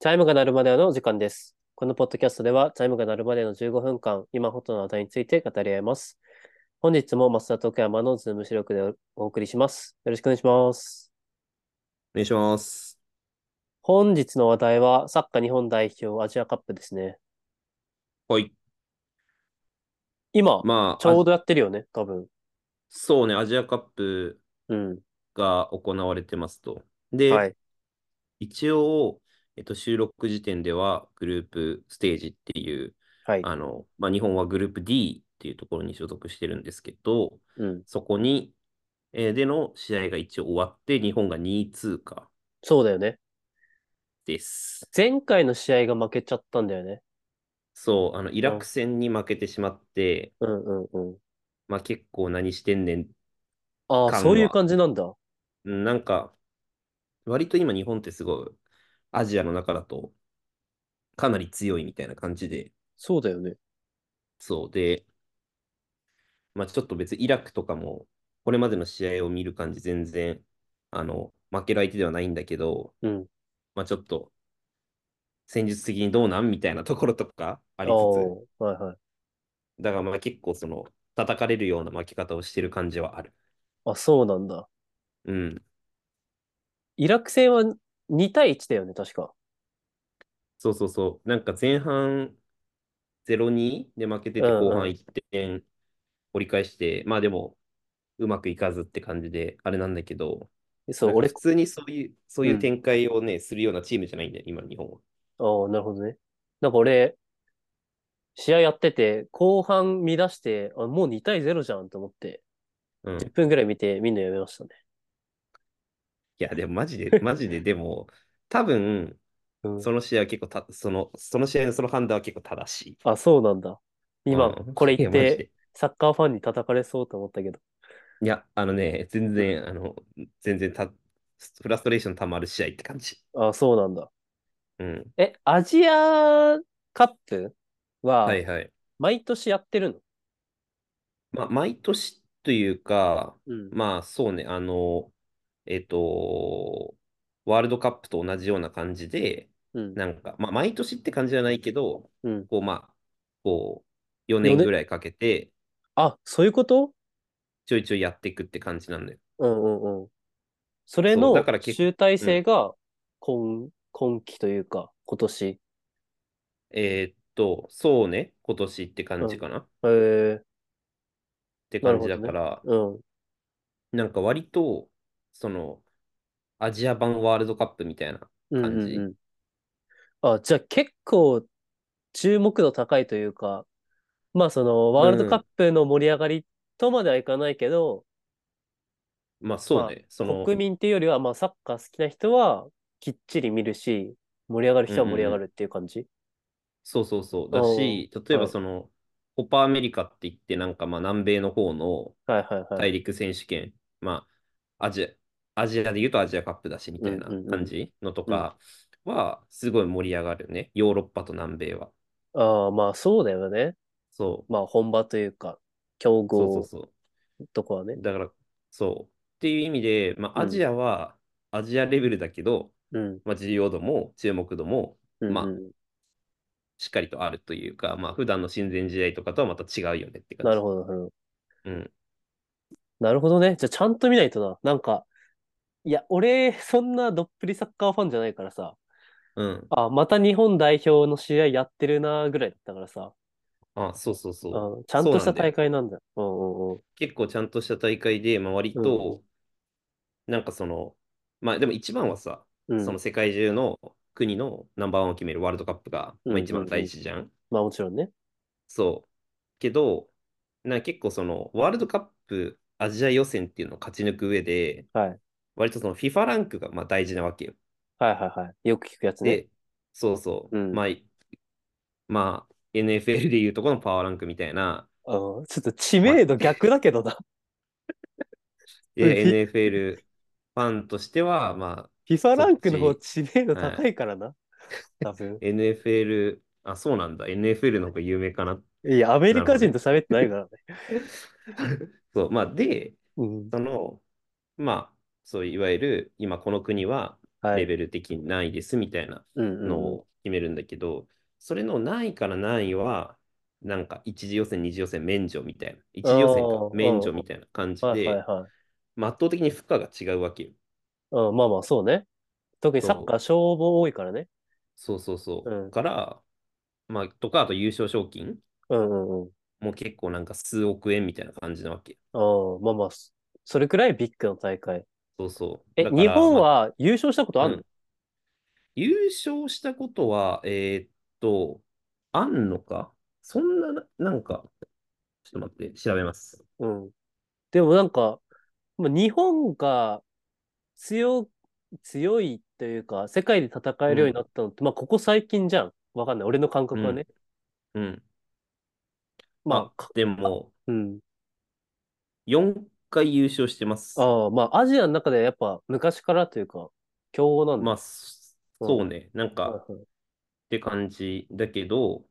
チャイムが鳴るまでの時間です。このポッドキャストでは、チャイムが鳴るまでの15分間、今ホットな話題について語り合います。本日も増田徳山のズーム視力でお送りします。よろしくお願いします。お願いします。本日の話題は、サッカー日本代表アジアカップですね。はい。今、まあ、ちょうあどやってるよね、多分。そうね、アジアカップうん。が行われてますと。で、はい。一応、えっと、収録時点ではグループステージっていう、はい。あの、まあ、日本はグループ D っていうところに所属してるんですけど、うん。そこに、えーでの試合が一応終わって、日本が2位通過そうだよね。です。前回の試合が負けちゃったんだよね。そう、あの、イラク戦に負けてしまって、うんうんうん。まあ、結構何してんねんああ、感そういうは感じなんだ。うんなんか、割と今日本ってすごい、アジアの中だと、かなり強いみたいな感じで、そうだよね。そうで、まあちょっと別にイラクとかも、これまでの試合を見る感じ、全然、あの、負ける相手ではないんだけど、うん。まあちょっと、戦術的にどうなんみたいなところとかあありつつ、あ、はいはい。だからまあ結構その、叩かれるような負け方をしてる感じはある。あ、そうなんだ。うん、イラク戦は2対1だよね、確か。そうそうそう。なんか前半0-2で負けてて、うんうん後半1点折り返して、まあでも、うまくいかずって感じで、あれなんだけど、そう、なんか俺、普通にそういう、そういううん展開をね、するようなチームじゃないんだよ、今、日本は。ああ、なるほどね。なんか俺、試合やってて、後半見出して、あ、もう2対0じゃんと思って、うん。 10分ぐらい見て、見るのやめましたね。いや、でもマジ で、マジで、でも、多分、うんその試合は結構た、その、その試合のその判断は結構正しい。あ、そうなんだ。今、うんこれい言や、っマジて、で。サッカーファンに叩かれそうと思ったけど。いや、あのね、全然、あの、全然た、フラストレーション溜まる試合って感じ。あ、そうなんだ。うん。え、アジアカップはは、いはい。毎年やってるのまあ、毎年というか、うん。まあそうね、あの、えっと、ワールドカップと同じような感じで、うん。なんか、まあ毎年って感じじゃないけど、うん。こう、まあ、こう、4年四年ぐらいかけて、あ、そういうことちょいちょいやっていくって感じなんだよ。うんうんうん。それそうのだから結集大成が今、今期というか、今年。えっと、そうね、今年って感じかな。っえー、てなるほ感じどだねから、うん。なんか割と、その、アジア版ワールドカップみたいなうん感うんじ。うん。あ、じゃあ結構注目度高いというか、まあそのワールドカップの盛り上がりとまではいかないけど、まあそうまあね、その、国民っていうよりはまあサッカー好きな人はきっちり見るし、盛り上がる人は盛り上がるっていう感じ。そうそうそう。だおうし、例えばはいその、コパアメリカって言って、なんかまあ南米の方のはいはいはい。大陸選手権、まあアジア、アジアで言うとアジアカップだしみたいなうんうんうん感じのとかは、すごい盛り上がるね。ヨーロッパと南米は。ああ、まあそうだよね。そう、まあ本場というか、強そうそう豪そう。とこはね。だから、そう。っていう意味で、まあうんアジアはアジアレベルだけど、うん。まあ重要度も注目度もうんまあうんしっかりとあるというか、まあ普段の親善試合とかとはまた違うよねって感なじ。るほど、なるほど。うん。なるほどね。じゃあ、ちゃんと見ないとな。なんか、いや、俺、 そんなどっぷりサッカーファンじゃないからさ、うん。あ、また日本代表の試合やってるな、ぐらいだったからさ、あ、そうそうそう。うん、ちゃんとしそたうな大んだよ会なんだ。うんうんうん。結構ちゃんとした大会で、まあ、割と、なんかその、まあでも一番はさ、うん、その世界中の国のナンバーワンを決めるワールドカップが、うんまあ、一番大事じゃん。まあもちろんね。そう。けど、なんか結構その、ワールドカップアジア予選っていうのを勝ち抜く上で、はい。割とその FIFA ランクがまあ大事なわけよ。はいはいはい。よく聞くやつね。で、そうそう、うんまあ、まあ、NFL でいうとこのパワーランクみたいな、うん、ちょっと知名度逆だけどな。いやうん NFL ファンとしては、まあ、 FIFA ランクのそ方っ知名度高いからな。多分。 NFL、あ、そうなんだ。NFL の方が有名かな。いや、アメリカ人と喋ってないからね。そう、まあ、で、うん。その、まあ、そう、いわゆる、今この国は、はいレベル的に何位ですみたいなうんうんのを決めるんだけど、それの何位から何位は、なんか一次予選、二次予選免除みたいな、一次予選あかー免除みたいな感じはいはいで、はい。まあ圧倒的に負荷が違うわけよ。うん、まあまあ、そうね。特にサッカー、消防多いからね。そうそうそう。うんから、まあ、とか、あと優勝賞金うんうんうん。も結構なんか数億円みたいな感じなわけ。うん、まあまあ、そそれくらいビッグな大会。そうそう。え、だから日本まあは優勝したことあるうのん優勝したことは、えーっと、あんのかそんなな、なんか、ちょっと待って、調べます。うん。でもなんか、まあ、日本が強、強いというか、世界で戦えるようになったのって、まあ、ここ最近じゃん。わかんない。俺の感覚はね。うん。まあ、かでも、うん。 4回優勝してます。ああ、まあ、アジアの中でやっぱ昔からというか、強豪なんだ。まあ、そそうね、なんあか、っはいはいて感じだけど、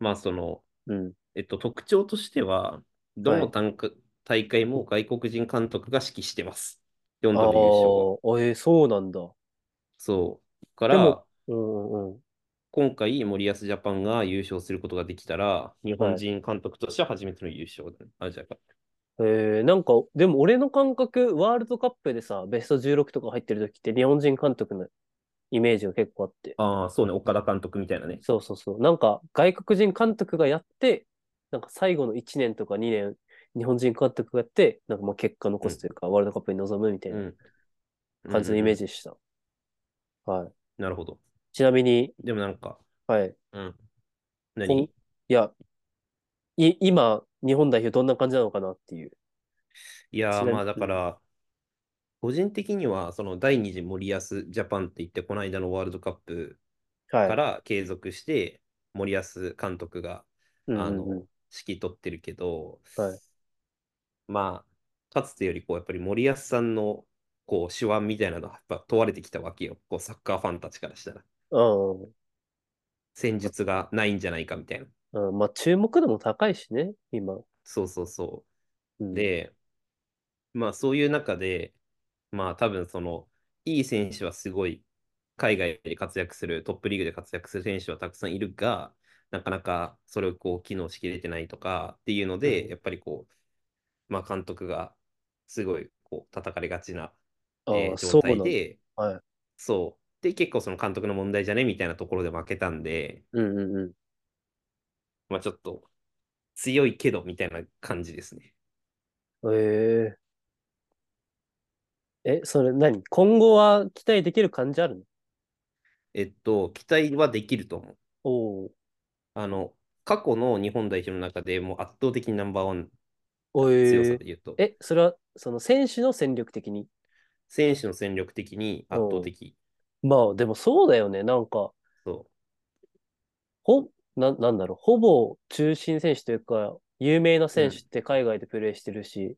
まあ、その、うん。えっと、特徴としては、どの単価大会も外国人監督が指揮してます。4あ度の優勝あ、は。えーそうなんだ。そう。かでらも、うんうんうん。今回、森保ジャパンが優勝することができたら、日本人監督としては初めての優勝だね。アジアカップ。えー、なんか、でも俺の感覚、ワールドカップでさ、ベスト16とか入ってる時って日本人監督のイメージが結構あって。ああ、そうね、岡田監督みたいなね。そうそうそう。なんか、外国人監督がやって、なんか最後の1年とか2年、日本人監督がやって、なんかまあ結果残すというか、ワールドカップに臨むみたいなうん。感じのイメージ。ジでした。はい。なるほど。ちなみに、でもなんか、はい。うこん。ん何いや、い、今、日本代表どんな感じなのかなっていう。いやちなー、みにまあだから、個人的には、その第二次森保ジャパンって言って、この間のワールドカップはい。から継続して、森保監督がうんあうんうのん、指揮取ってるけど、はいまあ、かつてよりこう、やっぱり森保さんのこう手腕みたいなのがやっぱ問われてきたわけよ。こうサッカーファンたちからしたら。うんうん戦術がないんじゃないかみたいな。うん、まあ、注目度も高いしね、今。そうそうそうう。ん、で、まあそういう中で、まあ多分その、いい選手はすごい、海外で活躍する、トップリーグで活躍する選手はたくさんいるが、なかなかそれをこう、機能しきれてないとかっていうのうで、んやっぱりこう、まあ監督がすごいこう、叩かれがちな、ああえーそ状うな態んだ。で、はい。そう。で、結構その監督の問題じゃねみたいなところで負けたんで、うんうんうん。まあちょっと、強いけどみたいな感じですね。えええ、それ何今後は期待できる感じあるのえっと、期待はできると思う。おあの、過去の日本代表の中でもう圧倒的にナンバーワンお。強えさえで言うと、え、それは、その選手の戦力的に。選手の戦力的に圧倒的。まあ、でもそうだよね。なんか、そほ、な、なんだろう。ほぼ中心選手というか、有名な選手って海外でプレーしてるし、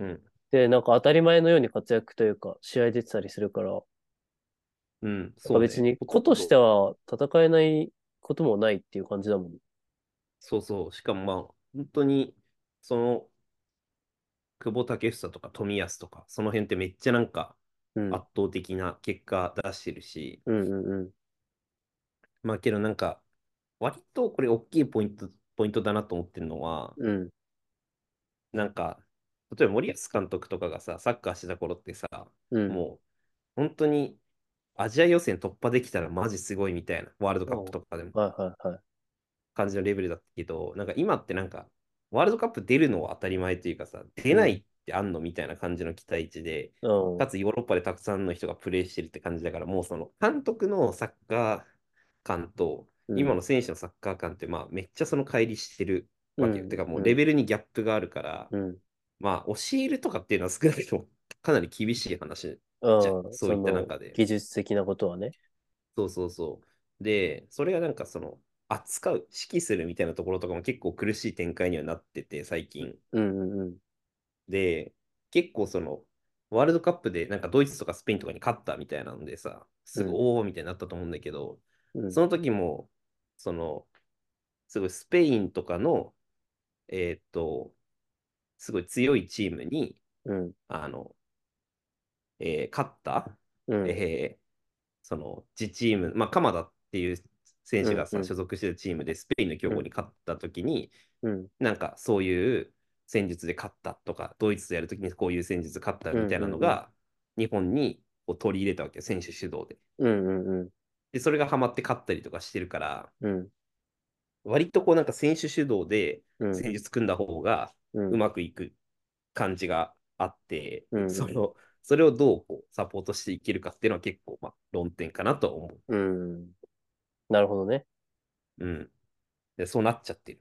う。うん。で、なんか当たり前のように活躍というか、試合出てたりするから、うん。なんそかうね別に、ほことんどしては戦えないこともないっていう感じだもん。そうそう。しかもまあ、本当に、その、久保建英とか冨安とか、その辺ってめっちゃなんかうん。圧倒的な結果出してるし、うんうんうん。まあけどなんか、割とこれ大きいポイント、ポイントだなと思ってるのは、うん。なんか、例えば森保監督とかがさ、サッカーしてた頃ってさ、うん。もう本当にアジア予選突破できたらマジすごいみたいな、ワールドカップとかでもはいはいはい。感じのレベルだったけど、なんか今ってなんか、ワールドカップ出るのは当たり前というかさ、出ないってあんのみたいな感じの期待値で、うん。かつヨーロッパでたくさんの人がプレーしてるって感じだから、もうその監督のサッカー感と、うん今の選手のサッカー感って、まあめっちゃその乖離してるわけよ。うんてかもううんレベルにギャップがあるから、うん。まあ教えるとかっていうのは少なくともかなり厳しい話じゃんうんそういった中そでの。技術的なことはね。そうそうそう。で、それがなんかその、扱う、指揮するみたいなところとかも結構苦しい展開にはなってて、最近。うんうんうん。で、結構その、ワールドカップでなんかドイツとかスペインとかに勝ったみたいなのでさ、すぐうんおおみたいになったと思うんだけど、うんその時も、その、すごいスペインとかの、えーっと、すごい強いチームに、うん。あの、えー勝った、うん。えーその自チーム、まあ、鎌田っていう選手がうんさ、うん所属してるチームでスペインの強豪に勝った時に、うん。なんかそういう戦術で勝ったとか、ドイツとやるときにこういう戦術で勝ったみたいなのが、日本にこう取り入れたわけよ、選手主導で。うん。うん。で、それがハマって勝ったりとかしてるから、うん。割とこうなんか選手主導でうん。戦術組んだ方がうん。うまくいく感じがあって、うんそのそれをどうこうサポートしていけるかっていうのは結構まあ論点かなとは思うう。ん。なるほどね。うん。で、そうなっちゃってる。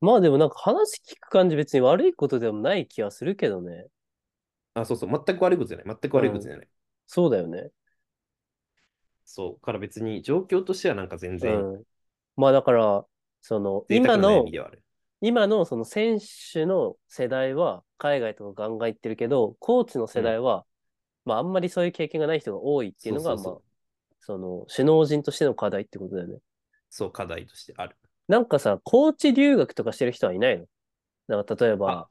まあでもなんか話聞く感じ別に悪いことでもない気はするけどね。あ、そうそう、全く悪いことじゃない。全く悪いことじゃない。そうだよね。そう、から別に状況としてはなんか全然、うん。まあだから、その、贅今沢な悩のみ、ではある。今のその選手の世代は海外とかガンガン行ってるけど、コーチの世代は、まああんまりそういう経験がない人が多いっていうのが、そうそうそうまあ、その首脳陣としての課題ってことだよね。そう、課題としてある。なんかさ、コーチ留学とかしてる人はいないのなんか例えば、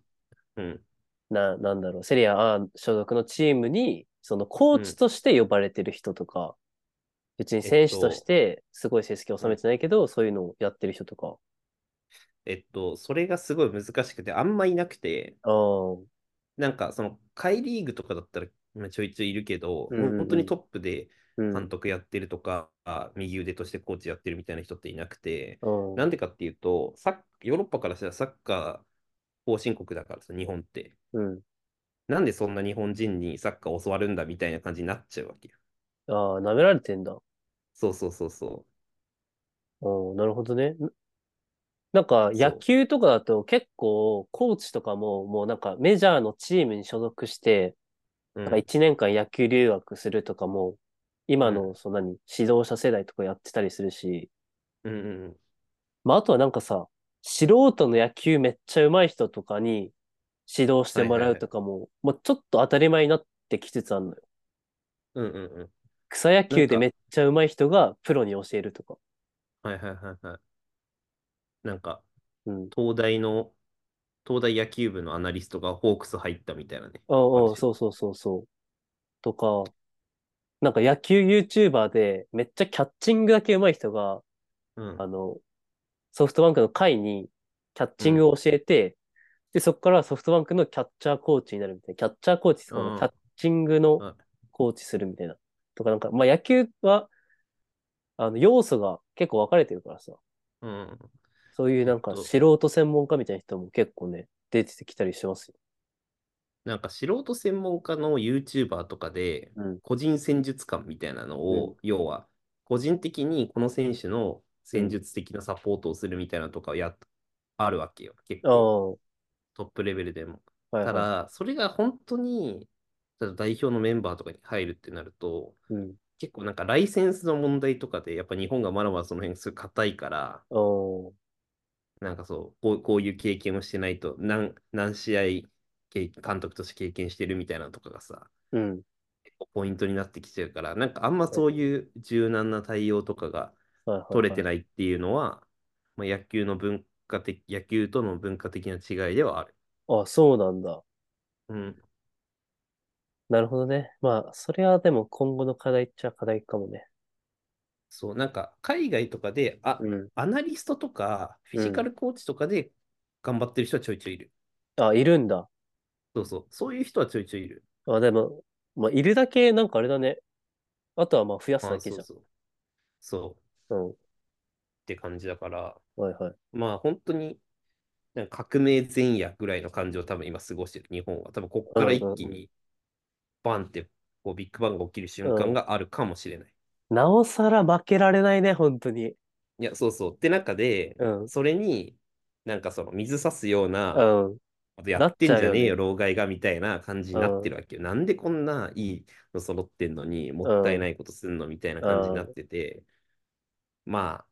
うん。な、なんだろう、セリア A 所属のチームに、そのコーチとして呼ばれてる人とか、別に選手としてすごい成績を収めてないけど、そういうのをやってる人とか。えっと、それがすごい難しくて、あんまいなくて、あーなんかその、下位リーグとかだったら、まあちょいちょいいるけど、うんうんうん本当にトップでうん監督やってるとか、あ右腕としてコーチやってるみたいな人っていなくて、うんなんでかっていうと、サッヨーロッパからしたらサッカー後進国だからさ、日本って。うん。なんでそんな日本人にサッカーを教わるんだみたいな感じになっちゃうわけよ。ああ、舐められてんだ。そうそうそうそうん、なるほどね。んなんか野球とかだと結構コーチとかももうなんかメジャーのチームに所属して、う。うんなんか1年間野球留学するとかも、今のその何、指導者世代とかやってたりするし、うんうんうんまああとはなんかさ、素人の野球めっちゃ上手い人とかに指導してもらうとかも、もうちょっと当たり前になってきつつあるのよ。うんうんうん。草野球でなんかめっちゃ上手い人がプロに教えるとか。はいはいはいはい。なんか、うん。東大の、東大野球部のアナリストがホークス入ったみたいなね。うんうマん、ジそうそうそうそう。とか、なんか野球 YouTuber でめっちゃキャッチングだけ上手い人が、うん。あの、ソフトバンクの会にキャッチングを教えて、で、そこからソフトバンクのキャッチャーコーチになるみたいな。キャッチャーコーチとかうもんキャッチングのはいコーチするみたいな。とかなんか、まあ野球は、あの、要素が結構分かれてるからさ。うん。そういうなんえかっと素人専門家みたいな人も結構ね、出てきたりしてますよ。なんか素人専門家の YouTuber とかで、うん。個人戦術感みたいなのを、要は、個人的にこの選手の戦術的なサポートをするみたいなのとかやっ、あるわけよ。結あ構、あ、はトップレベルでも。いはい。ただ、それが本当に、ただ代表のメンバーとかに入るってなると、うん。結構なんかライセンスの問題とかで、やっぱ日本がまだまだその辺すごい硬いから、ああ。なんかそう、こうこういう経験をしてないと、何、何試合経監督として経験してるみたいなのとかがさ、うん。結構ポイントになってきちゃうから、なんかあんまそういう柔軟な対応とかがはいはいはい取れてないっていうのは、まあ、野球の文化的、野球との文化的な違いではある。あ、そうなんだ。うん、なるほどね。まあ、それはでも今後の課題っちゃ課題かもね。そう、なんか海外とかで、あ、うん。アナリストとか、フィジカルコーチとかで頑張ってる人はちょいちょいいる。あ、いるんだ。そうそう、そういう人はちょいちょいいる。あ、でも、まあ、いるだけなんかあれだね。あとはまあ、増やすだあ、けそじうゃん。そう。そう、って感じだから、うん。はいはい。まあ本当に、なんか革命前夜ぐらいの感じを多分今過ごしてる、日本は。多分ここから一気うんうに、バンって、こうビッグバンが起きる瞬間があるかもしれない。なおさら負けられないね、本当に。いや、そうそう。って中で、うん。それに、なんかその水差すような、うん。やってんじゃなっちゃねえうよねよ、老害がみたいな感じになってるわけよ。なんでこんないいの揃ってんのに、もったいないことすんのみたいな感じになってて、まあ、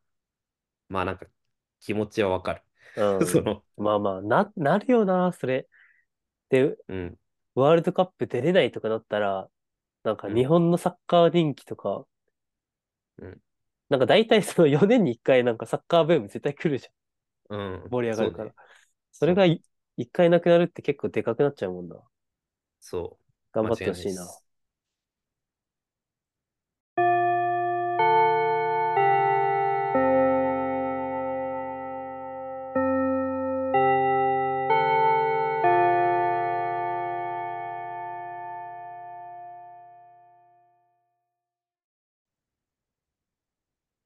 まあなんか気持ちはわかる。うん その、まあまあ、な、なるよな、それ。で、うん、ワールドカップ出れないとかなったら、なんかうん日本のサッカー人気とか、うんなんか大体その4年に1回なんかサッカーブーム絶対来るじゃん。うん、盛り上がるから。そうねそれがい一回なくなるって結構でかくなっちゃうもんな。そう。頑張間っ違ていほないしでいな。す。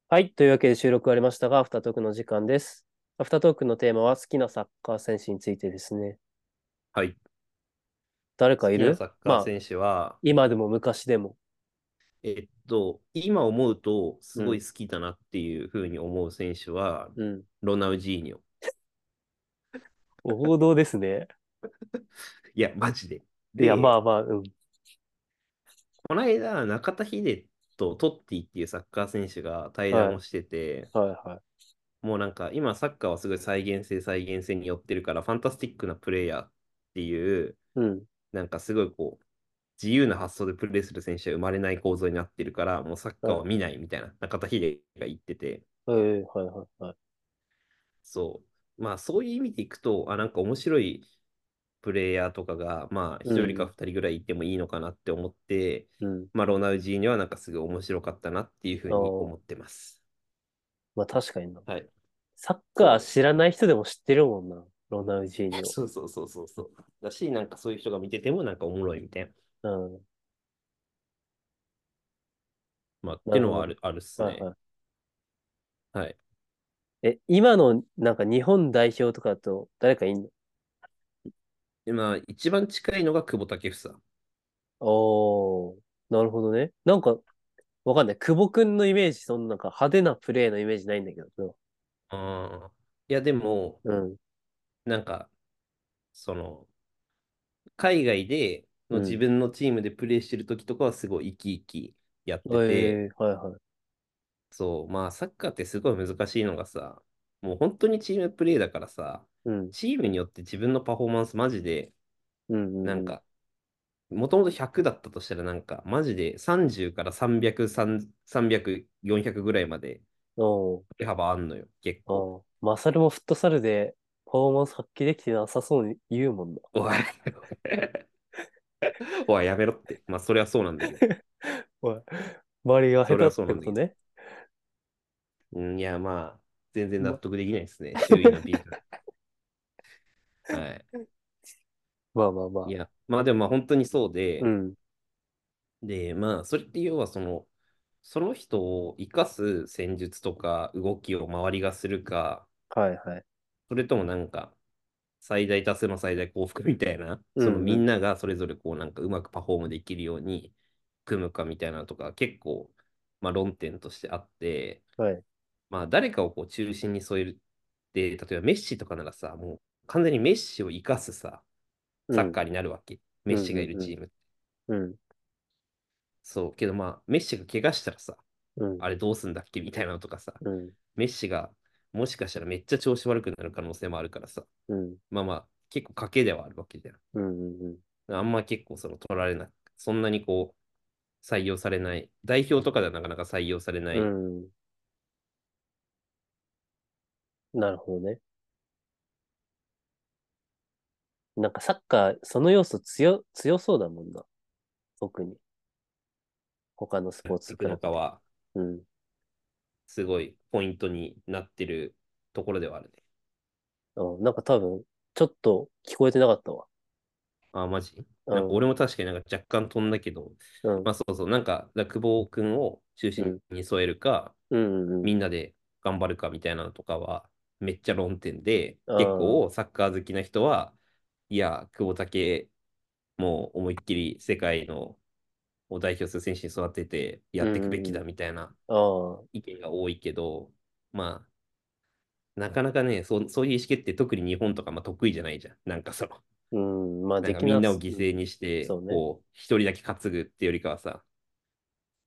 はい。というわけで収録終わりましたが、アフタートークの時間です。アフタートークのテーマは好きなサッカー選手についてですね。はい。誰かい好きなるサッカまーあ、選手は、今でも昔でも。えっと、今思うと、すごい好きだなっていうふうに思う選手は、 うん。ロナウジーニョ。王道ですね。いや、マジで。いや、でまあまあ、うん。この間、中田秀とトッティっていうサッカー選手が対談をしてて、はいはい。もうなんか今サッカーはすごい再現性再現性に寄ってるから、ファンタスティックなプレイヤーっていう、うん。なんかすごいこう、自由な発想でプレーする選手は生まれない構造になってるから、もうサッカーは見ないみたいな、中田秀が言ってて、ええはいはいはい。そう。まあそういう意味でいくと、あ、なんか面白いプレイヤーとかが、まあ一人か二人ぐらいいてもいいのかなって思って、うん。まあロナウジーニョはなんかすごい面白かったなっていうふうに思ってます。まあ確かにな。はい。サッカー知らない人でも知ってるもんな。ロナウジー ニそうそうそうそうそう。だし、なんかそういう人が見ててもなんかおもろいみたいな。ョ。うん。まあってなるのほどはある、あるっすはいね。はい。はい。え、今のなんか日本代表とかだと誰かいんの今、一番近いのが久保建英。おー、なるほどね。なんか、わかんない。久保くんのイメージ、そんななんか派手なプレーのイメージないんだけど。ああ。いや、でも、うん。なんか、その、海外でのうん自分のチームでプレーしてる時とかはすごい生き生きやってて、えー、はいはい。そう、まあサッカーってすごい難しいのがさ、もう本当にチームプレーだからさ、うん。チームによって自分のパフォーマンスマジで、うん、うん。なん。か、もともと100だったとしたらなんか、マジで30から300、300、400ぐらいまでおー、振れ幅あんのよ、結あ構。ー。マサルもフットサルでパフォーマンス発揮できてなさそうに言うもんな。おい、おい、やめろって。まあそれはそうなんだけど。 おい周りが下手ってそれはそうなんだこけとどね。うん、いや、まあ、全然ま納得できないですね。周囲のビー ル。はい。まあまあまあい。や、まあでもまあ本当にそうでう、ん。で、まあ、それって要はその、その人を生かす戦術とか動きを周りがするか、はいはい。それともなんか、最大達成の最大幸福みたいな、うんそうんのみんながそれぞれこうなんかうまくパフォームできるように組むかみたいなのとか結構、まあ論点としてあって、はい。まあ、誰かをこう中心に添えるって、例えばメッシとかならさ、もう完全にメッシを生かすさ、サッカーになるわけ。メッシがいるチーム。うん。そう、けどまあ、メッシが怪我したらさ、うん。あれどうすんだっけみたいなのとかさ、うん。メッシがもしかしたらめっちゃ調子悪くなる可能性もあるからさ、うん。まあまあ、結構賭けではあるわけじゃうん。うん。ん。あんま結構その取られなく、そんなにこう、採用されない、代表とかではなかなか採用されないうん。なるほどね。なんかサッカー、その要素強、強そうだもんな。特に。他のスポーツとクラブ。かは、うん。すごいポイントになってるところではあるね。うんなんか多分、ちょっと聞こえてなかったわ。あ、マジうんなんか俺も確かになんか若干飛んだけど、うん。まあそうそう、なんか、だから久保君を中心に添えるか、うんうんうん。みんなで頑張るかみたいなのとかは、めっちゃ論点で、あー結構サッカー好きな人は、いや、久保建英もう思いっきり世界のを代表する選手に育ててやっていくべきだみたいなああ、意見が多いけど、まあ、なかなかね、そう、そういう意思決定、特に日本とかまあ得意じゃないじゃん。なんかその、うん。まあ、なんでかきみんななを犠牲にして、そうねこう、一人だけ担ぐってよりかはさ、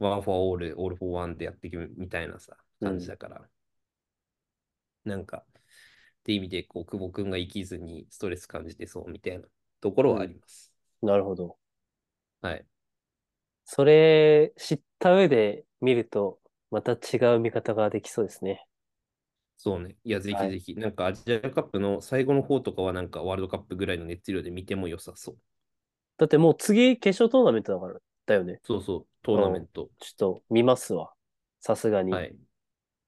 ワンフォアオール、オールフォーワンでやっていくみたいなさ、うん感じだから。なんか、って意味で、こう、久保君が生きずにストレス感じてそうみたいなところはあります。なるほど。はい。それ知った上で見ると、また違う見方ができそうですね。そうね。いや、ぜはひいぜひ、なんかアジアカップの最後の方とかは、なんかワールドカップぐらいの熱量で見ても良さそう。だってもう次決勝トーナメントだから、だよね。そうそう、トーナメント。ちょっと見ますわ。さすがに。はい。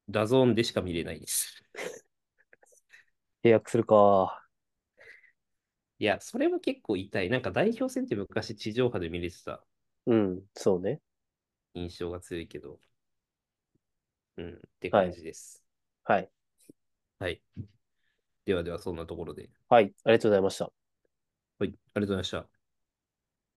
ダゾーンでしか見れないです。契約するか。いや、それも結構痛い。なんか代表戦って昔地上波で見れてたうん、そうね。印象が強いけど。うん、って感じです。はい。はい。ではでは、そんなところで。はい、ありがとうございました。はい、ありがとうございました。